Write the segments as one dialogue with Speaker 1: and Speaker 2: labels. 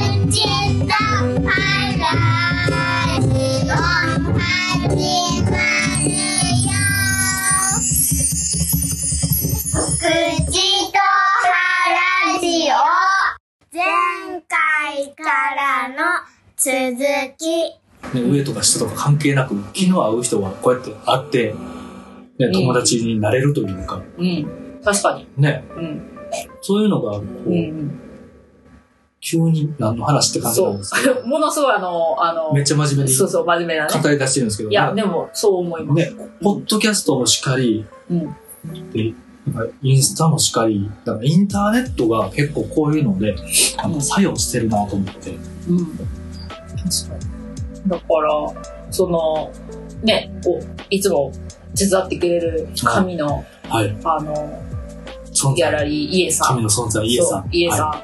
Speaker 1: 口の払いを始まるよ口と腹ジオ前回からの続き
Speaker 2: ね、上とか下とか関係なく、気の合う人はこうやって会って、ね、
Speaker 3: ん
Speaker 2: 友達になれるというか、
Speaker 3: うん。確かに。
Speaker 2: ね、
Speaker 3: うん。
Speaker 2: そういうのが、こう
Speaker 3: うん。
Speaker 2: 急に何の話って感じ
Speaker 3: そ
Speaker 2: なんですけ
Speaker 3: う。
Speaker 2: ど、
Speaker 3: ものすごいあの、あの
Speaker 2: めっ、ちゃ真面目に
Speaker 3: そうそう、真面目なね。
Speaker 2: 語り出してるんですけど、
Speaker 3: いや、
Speaker 2: ね
Speaker 3: でも、そう思いま
Speaker 2: ね、
Speaker 3: す。
Speaker 2: ポッドキャストもしかり、
Speaker 3: うん。
Speaker 2: でなんかインスタもしかり、だからインターネットが結構こういうので、あの作用してるなと思って。
Speaker 3: うん。だから、その、ね、こう、いつも手伝ってくれる神の、
Speaker 2: はい。
Speaker 3: あの、
Speaker 2: 存
Speaker 3: ギャラ
Speaker 2: 在。
Speaker 3: リー、イエさん。
Speaker 2: 神の存在、イエさ。
Speaker 3: そうんイエさん。
Speaker 2: は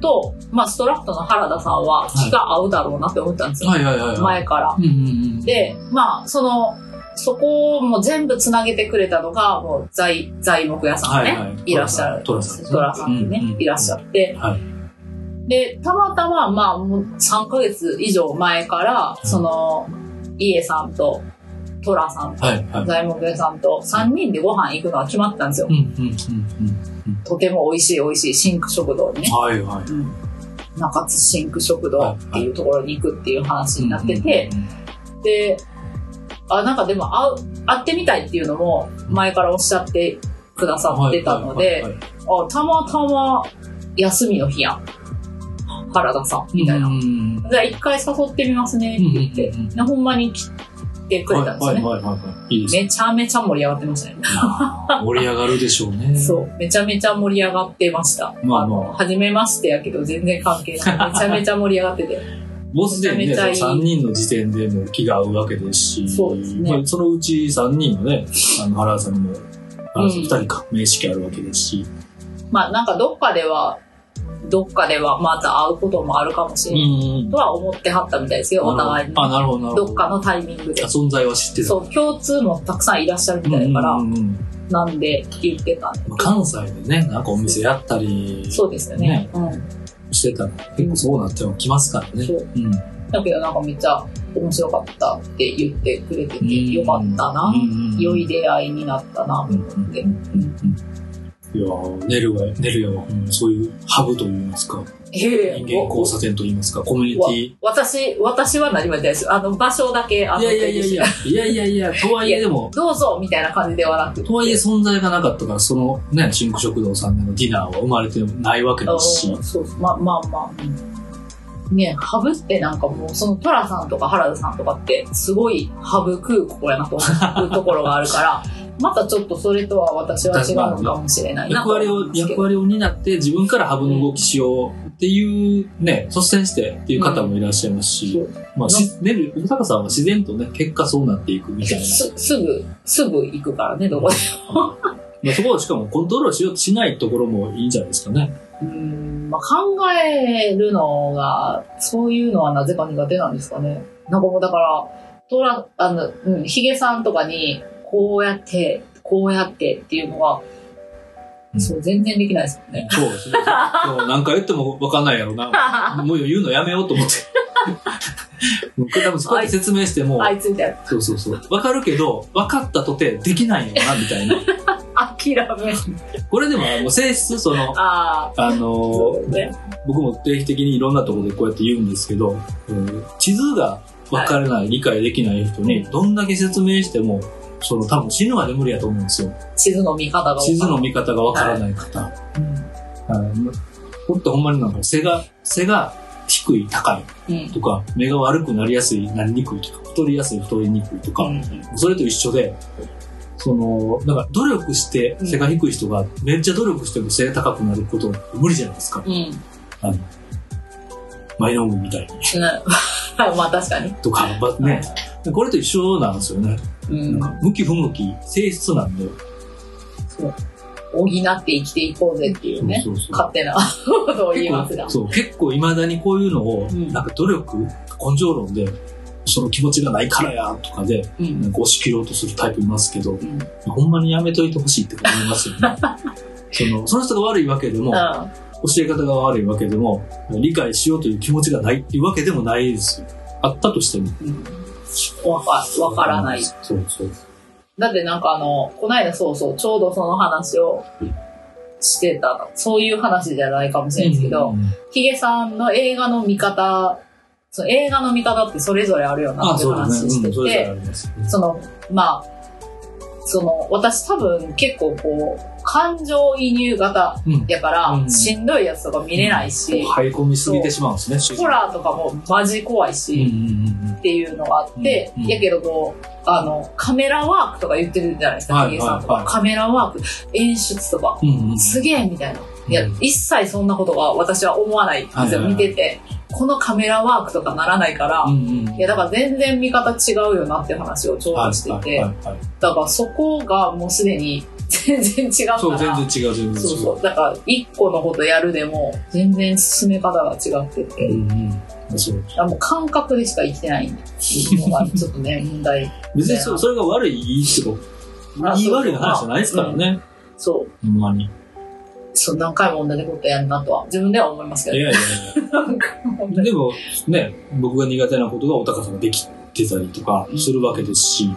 Speaker 3: と、まあ、ストラクトの原田さんは気が合うだろうなって思ったんです
Speaker 2: い
Speaker 3: よ。
Speaker 2: はいはいはい。
Speaker 3: 前から。
Speaker 2: うんうんうん。
Speaker 3: で、まあ、その、そこをもう全部つなげてくれたのが、もう材、材木屋さんね、
Speaker 2: はい
Speaker 3: い
Speaker 2: はい
Speaker 3: らっしゃる。
Speaker 2: トラさん
Speaker 3: トラさんってね、
Speaker 2: うんうん
Speaker 3: いらっしゃって。
Speaker 2: はい
Speaker 3: で、たまたま、まあ、もう3ヶ月以上前から、
Speaker 2: い
Speaker 3: その、イエさんと、トラさんと、
Speaker 2: はいはい。
Speaker 3: 材木屋さんと3人でご飯行くのは決まったんですよ。
Speaker 2: うんうんうんうん。
Speaker 3: とても美味しい美味しいシンク食堂にね。
Speaker 2: はいはい。
Speaker 3: 中津シンク食堂っていうところに行くっていう話になってて、で、あ、なんかでも会う、会ってみたいっていうのも前からおっしゃってくださってたので、あ、たまたま休みの日やん。原田さん、みたいな。
Speaker 2: な。
Speaker 3: じゃあ一回誘ってみますねって言って、
Speaker 2: うんうんうん
Speaker 3: でほんまに来てくれたんですよね。
Speaker 2: はいはいはいはい。いいですね。
Speaker 3: めちゃめちゃ盛り上がってましたね。
Speaker 2: 盛り上がるでしょうね。
Speaker 3: そう、めちゃめちゃ盛り上がってました。
Speaker 2: まあ
Speaker 3: あの、初めましてやけど全然関係ない。 めちゃめちゃ盛り上がってて。
Speaker 2: もうすでにね、
Speaker 3: めちゃめちゃいい
Speaker 2: 3人の時点でもう気が合うわけですし、
Speaker 3: そうですね
Speaker 2: まあそのうち3人のね、あの、原田さんにも、原田さん
Speaker 3: うん
Speaker 2: 2人か、面識あるわけですし、
Speaker 3: まあなんかどっかでは、どっかではまた会うこともあるかもしれない
Speaker 2: ん
Speaker 3: とは思ってはったみたいですよ、お互いに。
Speaker 2: あ、なるほど、なるほど。
Speaker 3: どっかのタイミングで
Speaker 2: あ。存在は知ってた。
Speaker 3: そう、共通もたくさんいらっしゃるみたいだから、
Speaker 2: うんうんうん
Speaker 3: なんでって言ってたんで
Speaker 2: まあ関西でね、なんかお店やったり
Speaker 3: そうですよね。
Speaker 2: ね
Speaker 3: うん。
Speaker 2: してたら、結構そうなってはきますからね。
Speaker 3: そう
Speaker 2: うん。
Speaker 3: だけどなんかめっちゃ面白かったって言ってくれてて、
Speaker 2: うん
Speaker 3: よかったな、
Speaker 2: うんうんうん
Speaker 3: 良い出会いになったな、
Speaker 2: うんうん
Speaker 3: って。
Speaker 2: いやーネルは、ネルヤは、うんそういうハブといいますか、
Speaker 3: ええ
Speaker 2: 人間交差点といいますか、コミュニ
Speaker 3: わ
Speaker 2: テ
Speaker 3: 私、私は何も言ってないですよ。あの、場所だけ、あ
Speaker 2: ィ。
Speaker 3: の、
Speaker 2: いやいやいやいや、いやいやいや、とはいえでも、
Speaker 3: どうぞみたいな感じではなくて
Speaker 2: とはいえ存在がなかったから、そのね、シンク食堂さんでのディナーは生まれてないわけですし
Speaker 3: うん、そうそうまあまあまあうん。ねハブってなんかもう、そのトラさんとか原田さんとかって、すごいハブ食うここやなと思うところがある から、またちょっとそれとは私は違うのかもしれないな
Speaker 2: 役
Speaker 3: と
Speaker 2: 割
Speaker 3: 思う
Speaker 2: を
Speaker 3: ん、ですけ
Speaker 2: 役
Speaker 3: ど。
Speaker 2: 割を担って自分からハブの動きしようっていうね、率先してっていう方もいらっしゃいますし、
Speaker 3: うん
Speaker 2: まあ、しネル、小高さんは自然とね、結果そうなっていくみたいな。
Speaker 3: すすぐ、すぐ行くからね、どこで。
Speaker 2: まあ、そこをしかもコントロールしようとしないところもいいんじゃないですかね。
Speaker 3: うん、まあ、考えるのが、そういうのはなぜか苦手なんですかね。なんかもうだから、トラ、あの、うん、ヒゲさんとかに、こうやって、こうやってっていうのは、
Speaker 2: うん
Speaker 3: そう、全然できないですよ ね。
Speaker 2: そうですね。そう何回言っても分かんないやろうな。もう言うのやめようと思って。もう多分そこで説明しても、
Speaker 3: あいつみたいな。
Speaker 2: そうそうそう。分かるけど、分かったとてできないよな、みたいな。
Speaker 3: 諦め。
Speaker 2: これでも、もう性質、その、
Speaker 3: ああ。
Speaker 2: あの
Speaker 3: そ、うね。
Speaker 2: 僕も定期的にいろんなところでこうやって言うんですけど、うん地図が分からない、理解できない人に、どんだけ説明しても、その多分死ぬまで無理やと思うんですよ。
Speaker 3: 地図の見方が分かる。
Speaker 2: 地図の見方が分からない方。うんもっとほんまになんか背が、背が低い、高い
Speaker 3: うん。
Speaker 2: とか、目が悪くなりやすい、なりにくいとか、太りやすい、太りにくいとか、
Speaker 3: うん。
Speaker 2: それと一緒で、その、なんか努力して背が低い人が、めっちゃ努力しても背高くなること無理じゃないですか。
Speaker 3: うん。
Speaker 2: あの、マイノームみたいに
Speaker 3: うん。 まあ確かに。
Speaker 2: とか、ばね。これと一緒なんですよね。
Speaker 3: う
Speaker 2: なん
Speaker 3: ん。
Speaker 2: か、向き不向き、性質なんで。
Speaker 3: そう。補って生きていこうぜっていうね。
Speaker 2: そうそうそう
Speaker 3: 勝手なことを言いますが。
Speaker 2: そう、結構未だにこういうのを、
Speaker 3: うん
Speaker 2: なんか努力、根性論で、その気持ちがないからや、とかで、
Speaker 3: うん
Speaker 2: なんか押し切ろうとするタイプいますけど、
Speaker 3: うん。
Speaker 2: ほんまにやめといてほしいって思いますよね。その、その人が悪いわけでも、教え方が悪いわけでも、理解しようという気持ちがないっていうわけでもないですよ。あったとしても。
Speaker 3: うんわかわからない。
Speaker 2: そうそう。
Speaker 3: だってなんかあの、こないだそうそう、ちょうどその話をしてた、そういう話じゃないかもしれないですけ
Speaker 2: う
Speaker 3: ど、
Speaker 2: んうんうん
Speaker 3: ヒゲさんの映画の見方、その映画の見方ってそれぞれあるよな
Speaker 2: あ、
Speaker 3: っていう
Speaker 2: そうだね。
Speaker 3: 話して
Speaker 2: うん、それぞれ
Speaker 3: て、
Speaker 2: あります。
Speaker 3: その、まあ、その、私多分結構こう、感情移入型
Speaker 2: うん。
Speaker 3: やから、
Speaker 2: うん
Speaker 3: しんどいやつとか見れないし、
Speaker 2: 入り込みすぎてしまうんですね、主
Speaker 3: ホラーとかもマジ怖い
Speaker 2: うんうん
Speaker 3: し、
Speaker 2: うん
Speaker 3: っていうのがあって、
Speaker 2: うんうん
Speaker 3: やけどこう、あの、カメラワークとか言ってるじゃないですか、
Speaker 2: はい
Speaker 3: ヒゲさんとか、
Speaker 2: はいはい
Speaker 3: カメラワーク、演出とか、
Speaker 2: うん。うんうん。
Speaker 3: すげえみたいな。いや
Speaker 2: うん、
Speaker 3: 一切そんなことが私は思わないんで
Speaker 2: はい
Speaker 3: す
Speaker 2: はい
Speaker 3: よ、
Speaker 2: はい
Speaker 3: 見てて。このカメラワークとかならないから、
Speaker 2: うんうん。
Speaker 3: いや、だから全然見方違うよなって話をちょうどして
Speaker 2: はい
Speaker 3: て、
Speaker 2: はいはいはい
Speaker 3: だからそこがもうすでに全然違うから。
Speaker 2: そう、全然違う、全然違う。
Speaker 3: そうそうだから、一個のことやるでも、全然進め方が違ってて、
Speaker 2: う
Speaker 3: だ
Speaker 2: んうん。そう
Speaker 3: からもう感覚でしか生き てないっていうのが、ちょっとね、問題。
Speaker 2: 別にそそれが悪い、いいってこ
Speaker 3: あ
Speaker 2: と、いい悪いの話じゃないですからね。
Speaker 3: そう。
Speaker 2: ほんまに。い
Speaker 3: そう、何回も同じことやるなとは、自分では思いますけ
Speaker 2: やい
Speaker 3: ど。
Speaker 2: やいや
Speaker 3: 何回も同じ
Speaker 2: でもね、僕が苦手なことがお高さんができてたりとかするわけですし、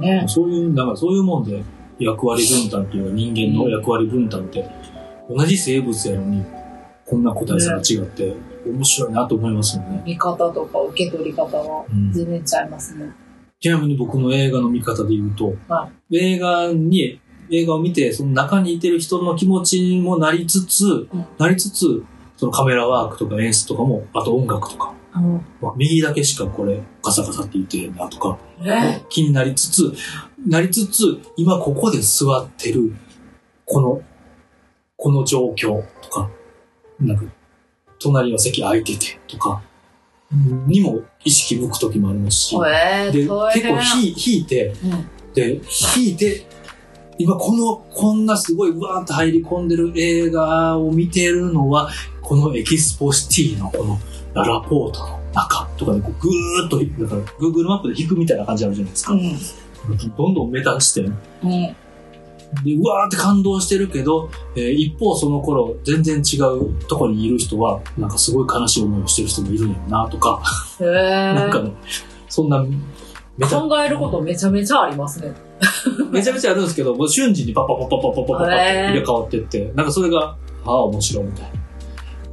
Speaker 3: ね。
Speaker 2: そういう、なんかそういうもんで役割分担っていうか人間の役割分担って、同じ生物やのに、こんな個体差が違って、面白いなと思いますよね。
Speaker 3: 見方とか受け取り方は
Speaker 2: うん
Speaker 3: 全然ちゃいますね。
Speaker 2: ちなみに僕の映画の見方で言うと、
Speaker 3: は
Speaker 2: 映画に、映画を見て、その中にいてる人の気持ちにもなりつつ、
Speaker 3: ん
Speaker 2: なりつつ、そのカメラワークとか演出とかも、あと音楽とか、まあ右だけしかこれガサガサって言ってるなとか、
Speaker 3: え
Speaker 2: 気になりつつ、なりつつ、今ここで座ってる、この、この状況とか、なんか、隣の席空いててとか、にも意識向く時もありますし、
Speaker 3: え
Speaker 2: で、結
Speaker 3: 大変
Speaker 2: 構ひ引いて、
Speaker 3: うん
Speaker 2: で、引いて、今この、こんなすごいわーって入り込んでる映画を見てるのは、このエキスポシティのこのララポートの中とかでこうぐーっと、だから Google マップで引くみたいな感じあるじゃないですか。どんどんメタして、で、
Speaker 3: うん。うん。
Speaker 2: うわーって感動してるけど、えー一方その頃全然違うとこにいる人は、なんかすごい悲しい思いをしてる人もいるんやろなとか、
Speaker 3: へえ
Speaker 2: なんかね、そんな、めちゃ
Speaker 3: 考えることめちゃめちゃありますね。
Speaker 2: めちゃめちゃあるんですけど、もう瞬時にパッパッパッパッパッパッパッパッって入れ替わってって、なんかそれが、ああ、面白いみたいな。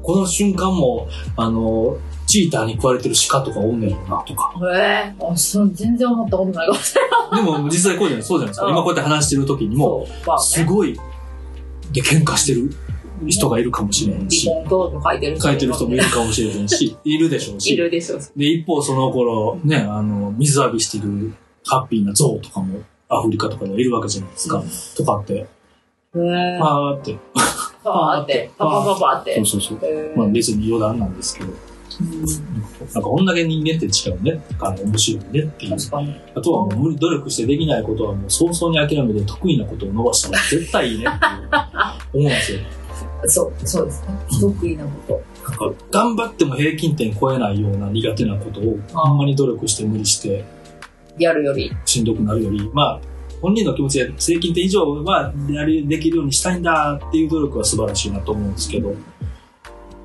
Speaker 2: この瞬間も、あの、チーターに食われてる鹿とかおんねやろなとか。
Speaker 3: へえあそう全然思ったことないかもしれない。
Speaker 2: でも実際こうじゃない、そうじゃないですか。今こうやって話してる時にも、
Speaker 3: そう、まあね
Speaker 2: すごい、で、喧嘩してる人がいるかもしれへんし
Speaker 3: 離、婚と書いてる
Speaker 2: 書いてる人もいるかもしれへんし、いるでしょう
Speaker 3: い
Speaker 2: し。
Speaker 3: るでしょう。
Speaker 2: で、一方その頃、ね、あの、水浴びしてるハッピーな象とかも、アフリカとかにはいるわけじゃないですか。とかって、
Speaker 3: へえパ
Speaker 2: あーって。
Speaker 3: パーって、パパパパーって。
Speaker 2: そうそうそう。
Speaker 3: へえ
Speaker 2: まあ別に余談なんですけど、
Speaker 3: うん
Speaker 2: なんかこんだけ人間って違うね、とか面白いねっていう。
Speaker 3: 確かに。
Speaker 2: あとはもう無理、努力してできないことはもう早々に諦めて得意なことを伸ばした方が絶対いいねっていう思うんですよ。
Speaker 3: そう、そうですね。不得意なこ
Speaker 2: なんか頑張っても平均点超えないような苦手なことを
Speaker 3: あー
Speaker 2: あんまり努力して無理して
Speaker 3: と。やるより。
Speaker 2: しんどくなるより、まあ本人の気持ちで平均点以上はやりできるようにしたいんだっていう努力は素晴らしいなと思うんですけど、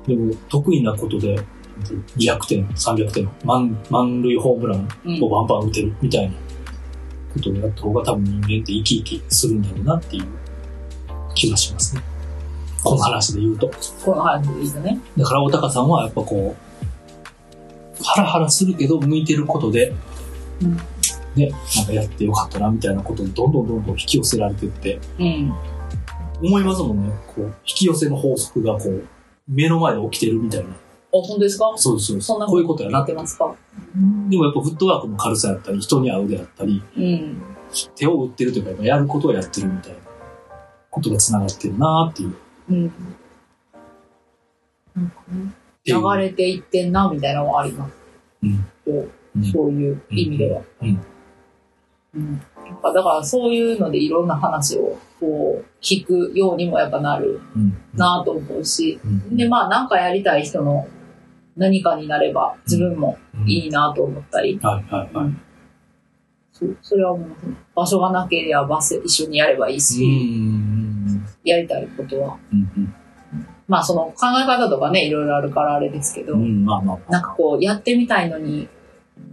Speaker 2: でも得意なことで200点、300点、満満塁ホームラン
Speaker 3: うん
Speaker 2: をバンバン打てるみたいなことをやった方が多分人間って生き生きするんだろうなっていう気がしますね。この話で言うと。
Speaker 3: この話でいいですね。
Speaker 2: だから、おたかさんはやっぱこう、ハラハラするけど向いてることで、
Speaker 3: うん
Speaker 2: ね、なんかやってよかったなみたいなことにどんどんどんどん引き寄せられてって、
Speaker 3: うん。
Speaker 2: 思いますもんね。こう、引き寄せの法則がこう、目の前で起きてるみたいな。
Speaker 3: あ、本当ですか
Speaker 2: そうですそうです
Speaker 3: そんな
Speaker 2: こういうことやな
Speaker 3: や
Speaker 2: っ
Speaker 3: ってて。ますか
Speaker 2: でもやっぱフットワークの軽さやったり、人に会うであったり、
Speaker 3: うん。
Speaker 2: 手を打ってるというか、やることをやってるみたいなことが繋がってるなーっていう。
Speaker 3: うん。なんかね、流れていってんな、みたいなのはあります。
Speaker 2: うん
Speaker 3: こ
Speaker 2: う
Speaker 3: うんそういう意味では。
Speaker 2: うん
Speaker 3: うんなんかだからそういうのでいろんな話をこう聞くようにもやっぱなる
Speaker 2: うん。
Speaker 3: なと思うし、
Speaker 2: うん
Speaker 3: で、まあなんかやりたい人の何かになれば自分も
Speaker 2: うん
Speaker 3: いいなと思ったり、
Speaker 2: はいはいはい。
Speaker 3: そうそれはもう場所がなければ場所一緒にやればいいし、
Speaker 2: ん。
Speaker 3: やりたいことは
Speaker 2: うんうん
Speaker 3: まあその考え方とかね、いろいろあるからあれですけど、
Speaker 2: うん、まあまあ。
Speaker 3: なんかこう、やってみたいのに、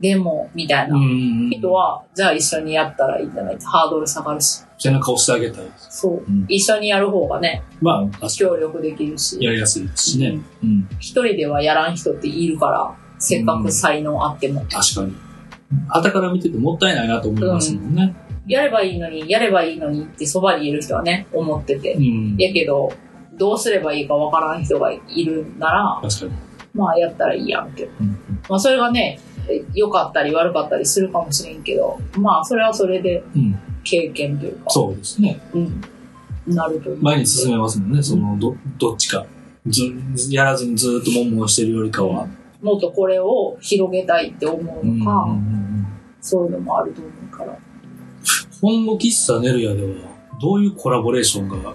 Speaker 3: でも、みたいな
Speaker 2: うん
Speaker 3: 人は、じゃあ一緒にやったらいいんじゃないハードル下がるし。
Speaker 2: 背中押してあげたいです。
Speaker 3: そう。
Speaker 2: うん
Speaker 3: 一緒にやる方がね、
Speaker 2: まあ、確か
Speaker 3: 協力できるし
Speaker 2: に。やりやすいですしね。う
Speaker 3: うん
Speaker 2: ん、
Speaker 3: 一人ではやらん人っているから、せっかく才能あっても。
Speaker 2: 確かに。旗から見ててもったいないなと思いますもんね。
Speaker 3: やればいいのに、やればいいのにってそばにいる人はね、思ってて
Speaker 2: う。ん。
Speaker 3: やけど、どうすればいいかわからん人がいるなら、
Speaker 2: 確かに。
Speaker 3: まあやったらいいやんけど。
Speaker 2: うん
Speaker 3: まあそれがね、え良かったり悪かったりするかもしれんけど、まあそれはそれで
Speaker 2: うん。
Speaker 3: 経験というか、
Speaker 2: そうですね。
Speaker 3: う。ん。なると思う。
Speaker 2: 前に進めますもんね。その、ど、どっちか。ず、やらずにずーっと悶々してるよりかは。
Speaker 3: もっとこれを広げたいって思うのか、
Speaker 2: うんうんうんうん
Speaker 3: そういうのもあると思うから。
Speaker 2: 今後、喫茶ネルヤでは、どういうコラボレーションが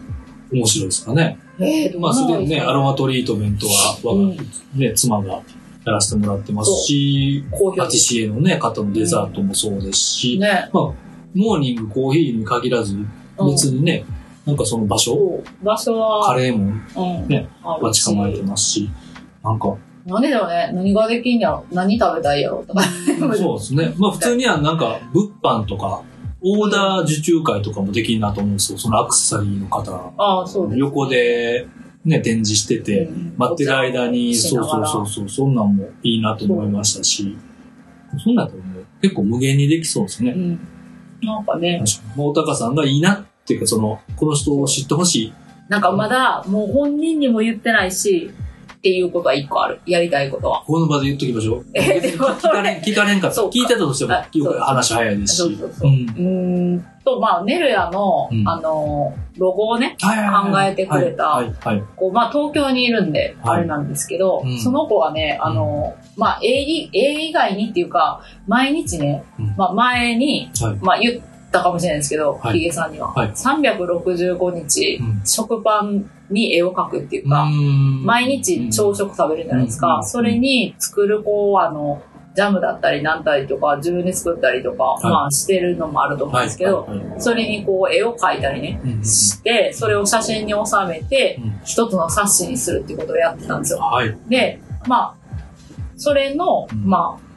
Speaker 2: 面白いですかね。
Speaker 3: えー、どう
Speaker 2: まあ、すでにね、アロ
Speaker 3: マ
Speaker 2: マトリートメントは、我が
Speaker 3: うん
Speaker 2: ね、妻がやらせてもらってますし、
Speaker 3: 好評
Speaker 2: パティシエのね、方のデザートもそうですし、
Speaker 3: ね。
Speaker 2: まあ、モーニングコーヒーに限らず、
Speaker 3: うん
Speaker 2: 別にね、なんかその場所、
Speaker 3: そう場所は、
Speaker 2: カレーも
Speaker 3: うん。
Speaker 2: ね
Speaker 3: ある
Speaker 2: 待ち構えてますし、なんか、
Speaker 3: なんでだろうね。何ができんやろ。何食べたいやろ。とか。
Speaker 2: そうですね。まあ普通にはなんか物販とか、オーダー受注会とかもできるなと思うんですよ。そのアクセサリーの方。
Speaker 3: ああ、そうです。
Speaker 2: 横でね、展示してて、
Speaker 3: うん
Speaker 2: 待ってる間に、
Speaker 3: お茶
Speaker 2: そうそうそうそう、そんなんもいいなと思いましたし、そんなんともう結構無限にできそうですね。
Speaker 3: うん。なんかね、
Speaker 2: 確かに。もう、高さんがいいなっていうか、その、この人を知ってほしい。
Speaker 3: なんかまだ、もう本人にも言ってないし、っていうことは一個ある。やりたいことは。
Speaker 2: この場で言っときましょう。
Speaker 3: え、でも
Speaker 2: 聞か れん、聞かれんかった。
Speaker 3: そうか
Speaker 2: 聞いてたとしても
Speaker 3: あ、
Speaker 2: よく話早いです
Speaker 3: そう
Speaker 2: し。
Speaker 3: そうそう。う
Speaker 2: うん
Speaker 3: ーんと、まあ、ネルヤの、
Speaker 2: うん
Speaker 3: あの、ロゴをね、
Speaker 2: 考
Speaker 3: 考えてくれた
Speaker 2: はい、はい。
Speaker 3: こう、まあ、東京にいるんで、
Speaker 2: はい
Speaker 3: あれなんですけど、
Speaker 2: うん
Speaker 3: その子はね、あの、まあ、A 以、A 以外にっていうか、毎日ね、
Speaker 2: うん
Speaker 3: まあ、前に、
Speaker 2: はい
Speaker 3: まあ、言ったかもしれないですけど、
Speaker 2: はい
Speaker 3: ヒゲさんには、
Speaker 2: はい
Speaker 3: 365日、
Speaker 2: うん
Speaker 3: 食パンに絵を描くっていうか、毎
Speaker 2: 毎
Speaker 3: 日朝食食べるじゃないです
Speaker 2: うん
Speaker 3: か、
Speaker 2: うん
Speaker 3: それに作る子はあのジャムだったりなんたりとか自分で作ったりとか、
Speaker 2: い
Speaker 3: まあしてるのもあると思うんですけど、
Speaker 2: はいはいはい
Speaker 3: それにこう絵を描いたりね、
Speaker 2: うんうん
Speaker 3: してそれを写真に収めて
Speaker 2: うん
Speaker 3: 一つの冊子にするってことをやってたんですよ
Speaker 2: はい。
Speaker 3: でまあそれの、
Speaker 2: うん
Speaker 3: まあ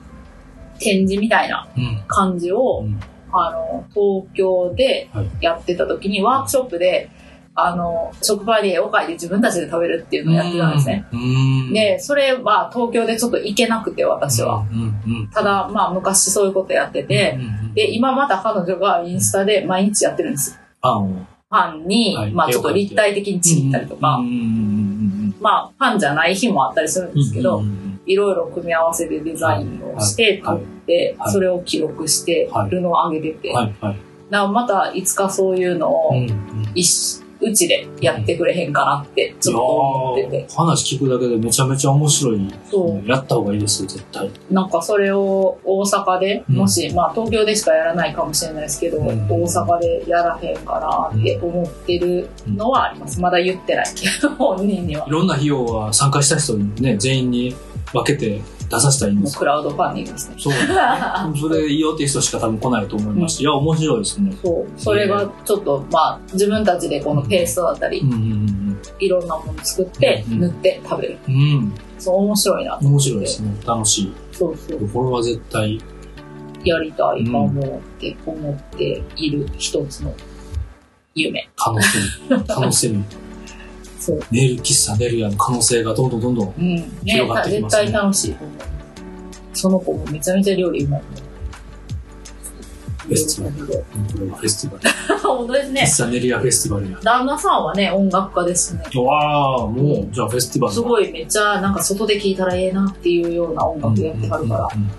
Speaker 3: 展示みたいな
Speaker 2: うん
Speaker 3: 感じを、
Speaker 2: うん
Speaker 3: あの、東京で
Speaker 2: はい
Speaker 3: やってた時に、ワークショップで、あの、食パンに絵を描いて自分たちで食べるっていうのをやってたんですね。。
Speaker 2: うん、
Speaker 3: で、それは東京でちょっと行けなくて、私は。
Speaker 2: うんうん
Speaker 3: ただ、まあ、昔そういうことやってて、
Speaker 2: うん、
Speaker 3: で、今また彼女がインスタで毎日やってるんですよ。
Speaker 2: パンを
Speaker 3: パンに、
Speaker 2: はい
Speaker 3: まあ、ちょっと立体的にちぎったりとか、
Speaker 2: うんうんうん
Speaker 3: まあ、パンじゃない日もあったりするん
Speaker 2: うん、
Speaker 3: ですけど、
Speaker 2: うんうん
Speaker 3: いろいろ組み合わせでデザインをして、
Speaker 2: はい
Speaker 3: 撮って、
Speaker 2: はい
Speaker 3: それを記録して
Speaker 2: はい
Speaker 3: るのを上げてて、
Speaker 2: うんはいはい。
Speaker 3: なまたいつかそういうのを
Speaker 2: うんうん
Speaker 3: 一緒うちでやってくれへんかなってちょっと思って
Speaker 2: いや
Speaker 3: て
Speaker 2: ー話聞くだけでめちゃめちゃ面白い。
Speaker 3: そ
Speaker 2: やった方がいいですよ、絶対。
Speaker 3: うなんかそれを大阪で
Speaker 2: うん
Speaker 3: もし、まあ東京でしかやらないかもしれないですけど、
Speaker 2: うん
Speaker 3: 大阪でやらへんかなって思ってるのはありますまだ言ってないけど本人にはい
Speaker 2: ろんな費用は参加した人にね、全員に分けて出させたらいいんで
Speaker 3: もう
Speaker 2: すよ
Speaker 3: クラウドファンディングですね
Speaker 2: そう。それいいよっていう人しか多分来ないと思いますし、いや、面白いですね。
Speaker 3: そうそれがちょっとまあ自分たちでこのペーストだったり、
Speaker 2: うんうん
Speaker 3: いろんなもの作って
Speaker 2: うん
Speaker 3: 塗って食べる
Speaker 2: うんうん。
Speaker 3: そう面白いな
Speaker 2: うん。面白いですね。楽しい。
Speaker 3: そうそう
Speaker 2: これは絶対
Speaker 3: やりたいかもって思っている一つの夢。
Speaker 2: 可能性、可能性に、
Speaker 3: そう。
Speaker 2: ネイル喫茶ネルヤの可能性がどんどんどんどん。
Speaker 3: うん。ね
Speaker 2: 広がってき
Speaker 3: 絶
Speaker 2: ますね
Speaker 3: 対楽しいと思う。その子もめちゃめちゃ料理うまい。
Speaker 2: ベストだ
Speaker 3: 本
Speaker 2: これはフェスティバル。
Speaker 3: 当ですね。
Speaker 2: 喫茶ネルヤフェスティバルや。
Speaker 3: 旦那さんはね、音楽家ですね。
Speaker 2: わあ、もう、じゃあフェスティバルだ。
Speaker 3: すごいめっちゃなんか外で聴いたらええなっていうような音楽やってはるから、
Speaker 2: うんうん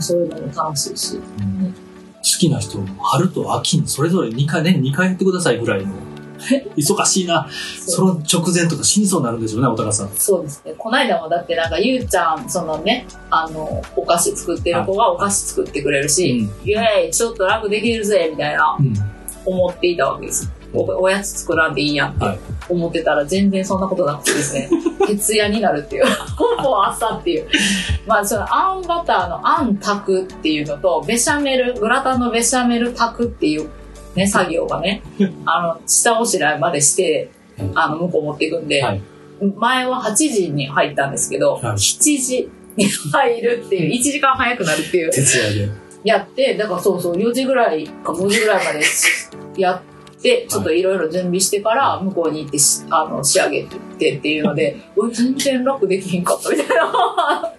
Speaker 3: そういうのも楽しいし。
Speaker 2: うんうん好きな人、春と秋にそれぞれ2回、年2回やってくださいぐらいの。忙しいな。その直前とか死にそうになるんでしょうね、おたかさん。
Speaker 3: そうですね。こないだもだってなんか、ゆうちゃん、そのね、あの、お菓子作ってる子がお菓子作ってくれるし、イエーイ、ちょっと楽できるぜ、みたいな、
Speaker 2: うん。
Speaker 3: 思っていたわけです。おおやつ作らんでいいやんっ
Speaker 2: はい
Speaker 3: て思ってたら、全然そんなことなく てですね、徹夜になるっていう。ほぼ朝っていう。まあ、その、あんバターのあん炊くっていうのと、ベシャメル、グラタンのベシャメル炊くっていう、ね、作業がね、あの、下ごしらえまでして、あの、向こう持っていくんで、
Speaker 2: はい
Speaker 3: 前は8時に入ったんですけど、
Speaker 2: はい
Speaker 3: 7時に入るっていう、1時 間早くなるっていう、
Speaker 2: 徹夜で。
Speaker 3: やって、だからそうそう、4時ぐらいか5時ぐらいまでし やって、ちょっといろいろ準備してから、向こうに行ってしあの、仕上げてっていうので、おい全然楽できひんかったみたいな。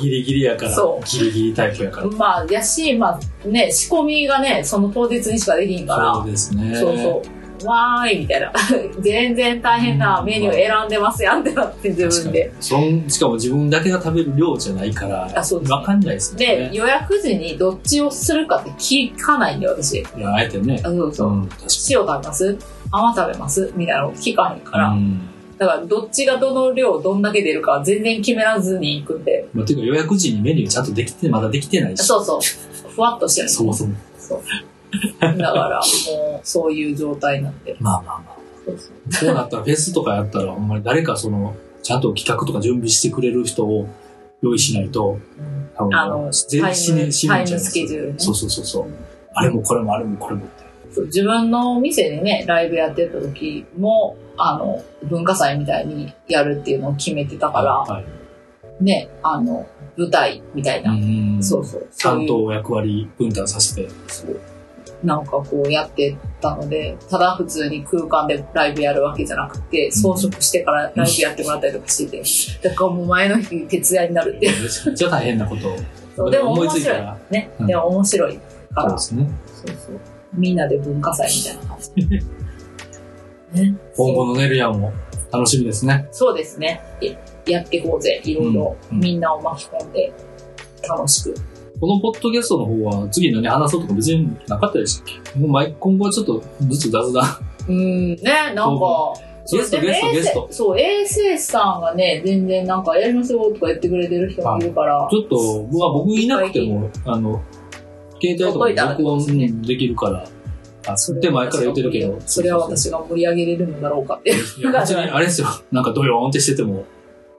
Speaker 2: ギリギリやから
Speaker 3: そ、
Speaker 2: ギリギリタイプやから。
Speaker 3: まあ、やし、まあね、仕込みがね、その当日にしかできんから。
Speaker 2: そうですね。
Speaker 3: そうそう。わーいみたいな。 全然大変なメニュー選んでますやんってなって自分で。
Speaker 2: そんしかも自分だけが食べる量じゃないから、
Speaker 3: あそうですね
Speaker 2: わかんないですよ
Speaker 3: で、
Speaker 2: ね。
Speaker 3: 予約時にどっちをするかって聞かないんで私。
Speaker 2: いや、あえてね。
Speaker 3: あそうそう。
Speaker 2: うん、確か
Speaker 3: 塩食べます甘食べますみたいなの聞かへんから。
Speaker 2: に。うん
Speaker 3: だからどっちがどの量どんだけ出るか全然決めらずに行くんで。
Speaker 2: まあ、ていうか予約時にメニューちゃんとできて、まだできてないし。
Speaker 3: そうそう。ふわっとしてる。
Speaker 2: そもそも。
Speaker 3: そう。だからもうそういう状態になってる。
Speaker 2: まあまあま
Speaker 3: そうそう
Speaker 2: あ。そうなったら、フェスとかやったら、ほんまに誰かその、ちゃんと企画とか準備してくれる人を用意しないと、
Speaker 3: うん
Speaker 2: 多分
Speaker 3: あの
Speaker 2: 全
Speaker 3: タ
Speaker 2: 然
Speaker 3: イ
Speaker 2: 死ね
Speaker 3: ム
Speaker 2: 死
Speaker 3: タ
Speaker 2: ね
Speaker 3: イ
Speaker 2: ちゃ
Speaker 3: ム
Speaker 2: いま
Speaker 3: ス
Speaker 2: す
Speaker 3: ケジュールね。
Speaker 2: そうそうそうそう。あれもこれもあれもこれもって。
Speaker 3: そう自分の店でね、ライブやってた時も、あの、文化祭みたいにやるっていうのを決めてたか
Speaker 2: はい、
Speaker 3: ら、ね、あの、舞台みたいな、
Speaker 2: うん
Speaker 3: そうそう、そう
Speaker 2: 担
Speaker 3: い
Speaker 2: 当
Speaker 3: う、
Speaker 2: を役割分担さ せて。
Speaker 3: そうなんかこうやってたので、ただ普通に空間でライブやるわけじゃなくて、装飾してからライブやってもらったりとかしてて、だからもう前の日徹夜になるっていう。
Speaker 2: めちゃくちゃ大変なことを。
Speaker 3: そうでも
Speaker 2: 思い
Speaker 3: 面
Speaker 2: ついた
Speaker 3: 白い
Speaker 2: ら。
Speaker 3: ね、
Speaker 2: うん
Speaker 3: でも面白いか
Speaker 2: そう
Speaker 3: ら
Speaker 2: で、すね。
Speaker 3: そうそう。みんなで文化祭みたいな感じ。ね。
Speaker 2: 今後のネルヤンも楽しみですね。
Speaker 3: そうですね。ややっていこうぜ。いろいろ、
Speaker 2: うんうん
Speaker 3: みんなを巻き込んで、楽しく。
Speaker 2: このポッドキャストの方は次何話そうとか別になかったでしたっけもう毎今後はちょっとずつ雑談。
Speaker 3: うん、ね、なんか、
Speaker 2: ゲスト、
Speaker 3: でも
Speaker 2: ゲスト、
Speaker 3: 衛
Speaker 2: ゲ
Speaker 3: 生
Speaker 2: スト。
Speaker 3: そう、衛生士さんがね、全然なんかやりますよとか言ってくれてる人もいるから
Speaker 2: ち、ょっと、まあ、僕いなくても、あの、携帯とかで録音うんできるから、あ、
Speaker 3: そ
Speaker 2: っ
Speaker 3: れ
Speaker 2: て
Speaker 3: は
Speaker 2: 前から言ってるけど。
Speaker 3: それは私が盛り上げれるのだろうかって。
Speaker 2: いや別に あれですよ。なんかドヨーンってしてても、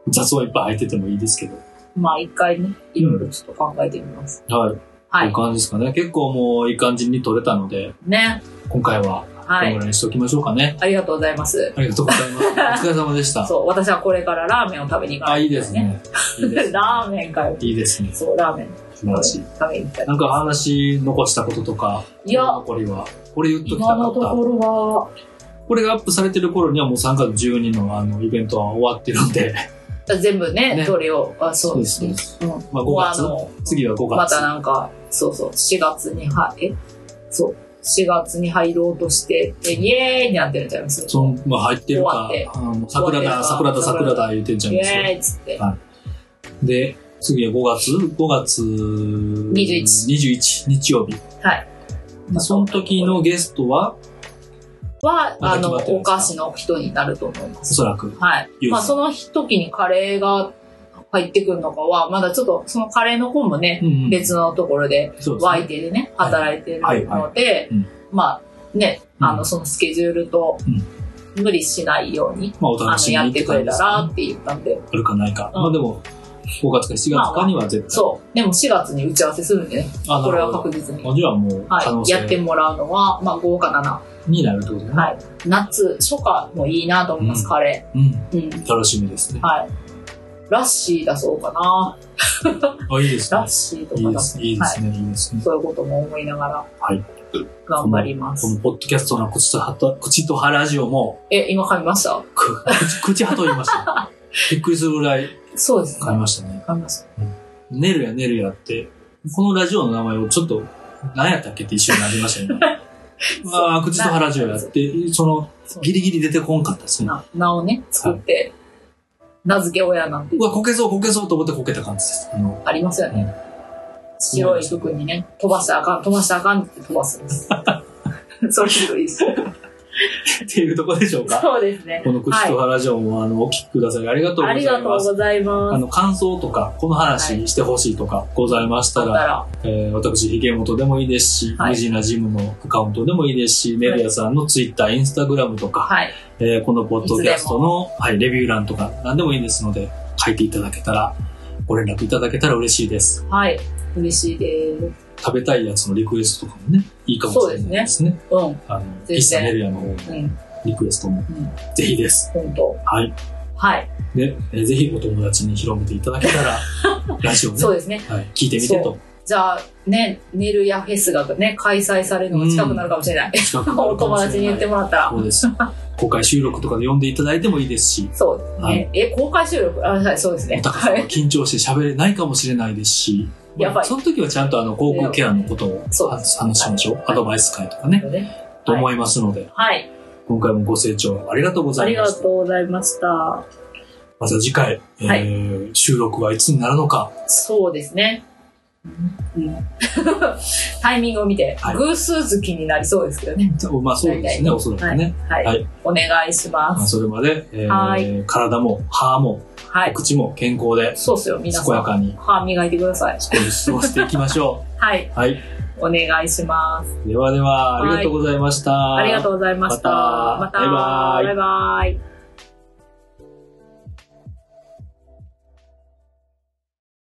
Speaker 2: 雑音いっぱい入っててもいいですけど。
Speaker 3: まあ一回ね、いろいろちょっと考えてみます。
Speaker 2: はい。
Speaker 3: は
Speaker 2: こういう
Speaker 3: い。
Speaker 2: 感じですかね。結構もういい感じに撮れたので、
Speaker 3: ね。
Speaker 2: 今回はこ
Speaker 3: は
Speaker 2: のぐ
Speaker 3: い。
Speaker 2: らいにしておきましょうかね。
Speaker 3: ありがとうございます。
Speaker 2: ありがとうござい ます。お疲れ様でした。
Speaker 3: そう、私はこれからラーメンを食べに行か
Speaker 2: あ、
Speaker 3: ない
Speaker 2: い
Speaker 3: と
Speaker 2: です。ね。いいですね。
Speaker 3: ラーメンかよ。
Speaker 2: いいですね。
Speaker 3: そう、ラーメン
Speaker 2: 素晴らしい。
Speaker 3: 食べに行きたい
Speaker 2: なんか話残したこととか、
Speaker 3: いや
Speaker 2: 残りは。これ言っときた
Speaker 3: 今
Speaker 2: か
Speaker 3: の
Speaker 2: っ
Speaker 3: と
Speaker 2: た。
Speaker 3: ころは、
Speaker 2: これがアップされてる頃にはもう3月12のあのイベントは終わってるん で、
Speaker 3: 全部ね、
Speaker 2: ね
Speaker 3: どれを、あ、そうです
Speaker 2: そう
Speaker 3: ね
Speaker 2: で。
Speaker 3: うん。
Speaker 2: まあ
Speaker 3: もう
Speaker 2: 5月
Speaker 3: あの
Speaker 2: 次は5
Speaker 3: ま
Speaker 2: 月。
Speaker 3: たなんか、そうそう、4月に入、えそう、4月に入ろうとして、でイエーイになってるんちゃいます
Speaker 2: そのまあ入ってるか
Speaker 3: 終わ、
Speaker 2: あの桜だ、桜だ、桜だ言ってんじゃ
Speaker 3: イ
Speaker 2: ないですか。
Speaker 3: エーイっつって。
Speaker 2: で、次は5月 ?5 月
Speaker 3: 21
Speaker 2: 21日曜日。
Speaker 3: はい。
Speaker 2: その時のゲストは、
Speaker 3: は、
Speaker 2: ま
Speaker 3: あ
Speaker 2: た決
Speaker 3: の、
Speaker 2: まってるんですか
Speaker 3: お菓子の人になると思いま
Speaker 2: お
Speaker 3: す。
Speaker 2: そらく、
Speaker 3: はい。
Speaker 2: ゆう
Speaker 3: まあ、
Speaker 2: さ
Speaker 3: そ
Speaker 2: ん
Speaker 3: の時にカレーが入ってくるのかは、まだちょっと、そのカレーの方もね、
Speaker 2: うんうん
Speaker 3: 別のところで、
Speaker 2: そうですね
Speaker 3: 湧いてでね、働いてる
Speaker 2: はいはい
Speaker 3: ので
Speaker 2: うん、
Speaker 3: まあね、あ
Speaker 2: う
Speaker 3: の、
Speaker 2: ん
Speaker 3: そのスケジュールと無理しないように、
Speaker 2: まあ、お
Speaker 3: あ
Speaker 2: 楽
Speaker 3: の、
Speaker 2: しみ
Speaker 3: やっ
Speaker 2: に
Speaker 3: て
Speaker 2: て
Speaker 3: く
Speaker 2: 感
Speaker 3: れ
Speaker 2: じで
Speaker 3: た
Speaker 2: すね
Speaker 3: らって言ったんで、
Speaker 2: あるかないか。
Speaker 3: うん
Speaker 2: まあでも、5月か7月かには絶対。
Speaker 3: そう。でも4月に打ち合わせするんでね、
Speaker 2: あ
Speaker 3: これは
Speaker 2: なるほ
Speaker 3: 確実に。
Speaker 2: ど。じゃあもう、可
Speaker 3: は
Speaker 2: 能
Speaker 3: い。やって
Speaker 2: 性
Speaker 3: もらうのは、まあ5か
Speaker 2: になるってことね。
Speaker 3: 7。はい。夏、初夏もいいなと思います、
Speaker 2: うん
Speaker 3: カレ
Speaker 2: うん。
Speaker 3: ー。うん。
Speaker 2: 楽しみですね。
Speaker 3: はい。ラッシーだそうかな。
Speaker 2: あ、いいです
Speaker 3: ラ
Speaker 2: ね
Speaker 3: ッ。シーと
Speaker 2: いい
Speaker 3: か
Speaker 2: で
Speaker 3: だ。
Speaker 2: すいいですね。いいですね。
Speaker 3: そういうことも思いながら、
Speaker 2: はい。
Speaker 3: 頑張りま
Speaker 2: こ
Speaker 3: す。
Speaker 2: のポッドキャストの口と歯と、口と歯ラジオも、
Speaker 3: え、今噛みました
Speaker 2: く口、口歯と言いました。 びっくりするぐらい
Speaker 3: そうですね。
Speaker 2: 噛みましたね。
Speaker 3: 噛みました。
Speaker 2: 寝るや寝るやって、このラジオの名前をちょっと、何やったっけって一瞬なりました ね。ああ、口と歯ラジオやって、その、
Speaker 3: そう
Speaker 2: ギリギリ出てこんかったですね。
Speaker 3: な名をね、作って、名付け親なんて
Speaker 2: うわ、こけそう、こけそうと思ってこけた感じです。あの、
Speaker 3: ありますよね。白い服にね、飛ばしたらあかん、飛ばしたらあかんって飛ばすん です。それひどいです。
Speaker 2: っていうとこでしょうか。
Speaker 3: そうですね。
Speaker 2: この口と歯ラジオも、あの、お聞きください。ありがとうご
Speaker 3: あ
Speaker 2: ざ
Speaker 3: り
Speaker 2: いま
Speaker 3: が
Speaker 2: す。
Speaker 3: とうござい
Speaker 2: あ
Speaker 3: ます。
Speaker 2: の、感想とか、この話してほしいとかございました
Speaker 3: だ
Speaker 2: ら、
Speaker 3: ったら、
Speaker 2: えー私、ひげもとでもいいですし、
Speaker 3: はい
Speaker 2: 無事なジムのアカウントでもいいですし、ネルヤさんのツイッター、インスタグラムとか、
Speaker 3: はい。
Speaker 2: えーこのポッドキャストの、はい、レビュー欄とか何でもいいですので、書いていただけたら、ご連絡いただけたら嬉しいです。
Speaker 3: はい。嬉しいです。
Speaker 2: 食べたいやつのリクエストとかもね、いいかもしれないですね。
Speaker 3: うん。
Speaker 2: あの、
Speaker 3: 全然
Speaker 2: 喫茶ネルヤの方の
Speaker 3: うん。
Speaker 2: リクエストも、
Speaker 3: うん
Speaker 2: ぜひです。
Speaker 3: 本当。
Speaker 2: はい。
Speaker 3: はい。
Speaker 2: で、えーぜひお友達に広めていただけた ら、ラジオね、
Speaker 3: そうですね。
Speaker 2: はい、聞いてみてと。
Speaker 3: じゃあ、ね、ネルやフェスがね、開催されるのが近くなるかもしれない。
Speaker 2: 近く
Speaker 3: お友達に言ってもらったら
Speaker 2: そ。う です。公開収録とかで呼んでいただいてもいいですし、
Speaker 3: そうですね。
Speaker 2: はい
Speaker 3: え、公開収録あ、はい、そうですね。
Speaker 2: 高さんは
Speaker 3: は。
Speaker 2: い緊張して喋れないかもしれないですし、
Speaker 3: やばい
Speaker 2: その時はちゃんとあの、航空ケアのことを
Speaker 3: そうです
Speaker 2: 話しましょう。アドバイス会とかね、と思いますので、
Speaker 3: はい。
Speaker 2: 今回もご清聴ありがとうご
Speaker 3: あ
Speaker 2: ざ
Speaker 3: り
Speaker 2: いま
Speaker 3: が
Speaker 2: した。
Speaker 3: とうございました。
Speaker 2: また次回、えー
Speaker 3: は
Speaker 2: 収録はいつになるのか、
Speaker 3: そうですね。うん、 タイミングを見て、
Speaker 2: はい
Speaker 3: 偶数月になりそうですけどね。
Speaker 2: まあそうですね、おそらくね。
Speaker 3: はい。
Speaker 2: はい
Speaker 3: お願いしま
Speaker 2: まあ
Speaker 3: す。
Speaker 2: それまで、えー
Speaker 3: はい
Speaker 2: 体も歯も、
Speaker 3: はい。
Speaker 2: 口も健康で、
Speaker 3: そうっすよ、皆
Speaker 2: 健
Speaker 3: さ
Speaker 2: や
Speaker 3: ん。
Speaker 2: かに
Speaker 3: 歯磨いてください。
Speaker 2: 少し過ごしていきましょ
Speaker 3: はい。
Speaker 2: う。はい。
Speaker 3: お願いします。
Speaker 2: ではでは、ありがとうございました。
Speaker 3: ありがとうございました。
Speaker 2: また
Speaker 3: また
Speaker 2: バイバイ
Speaker 3: バイバイ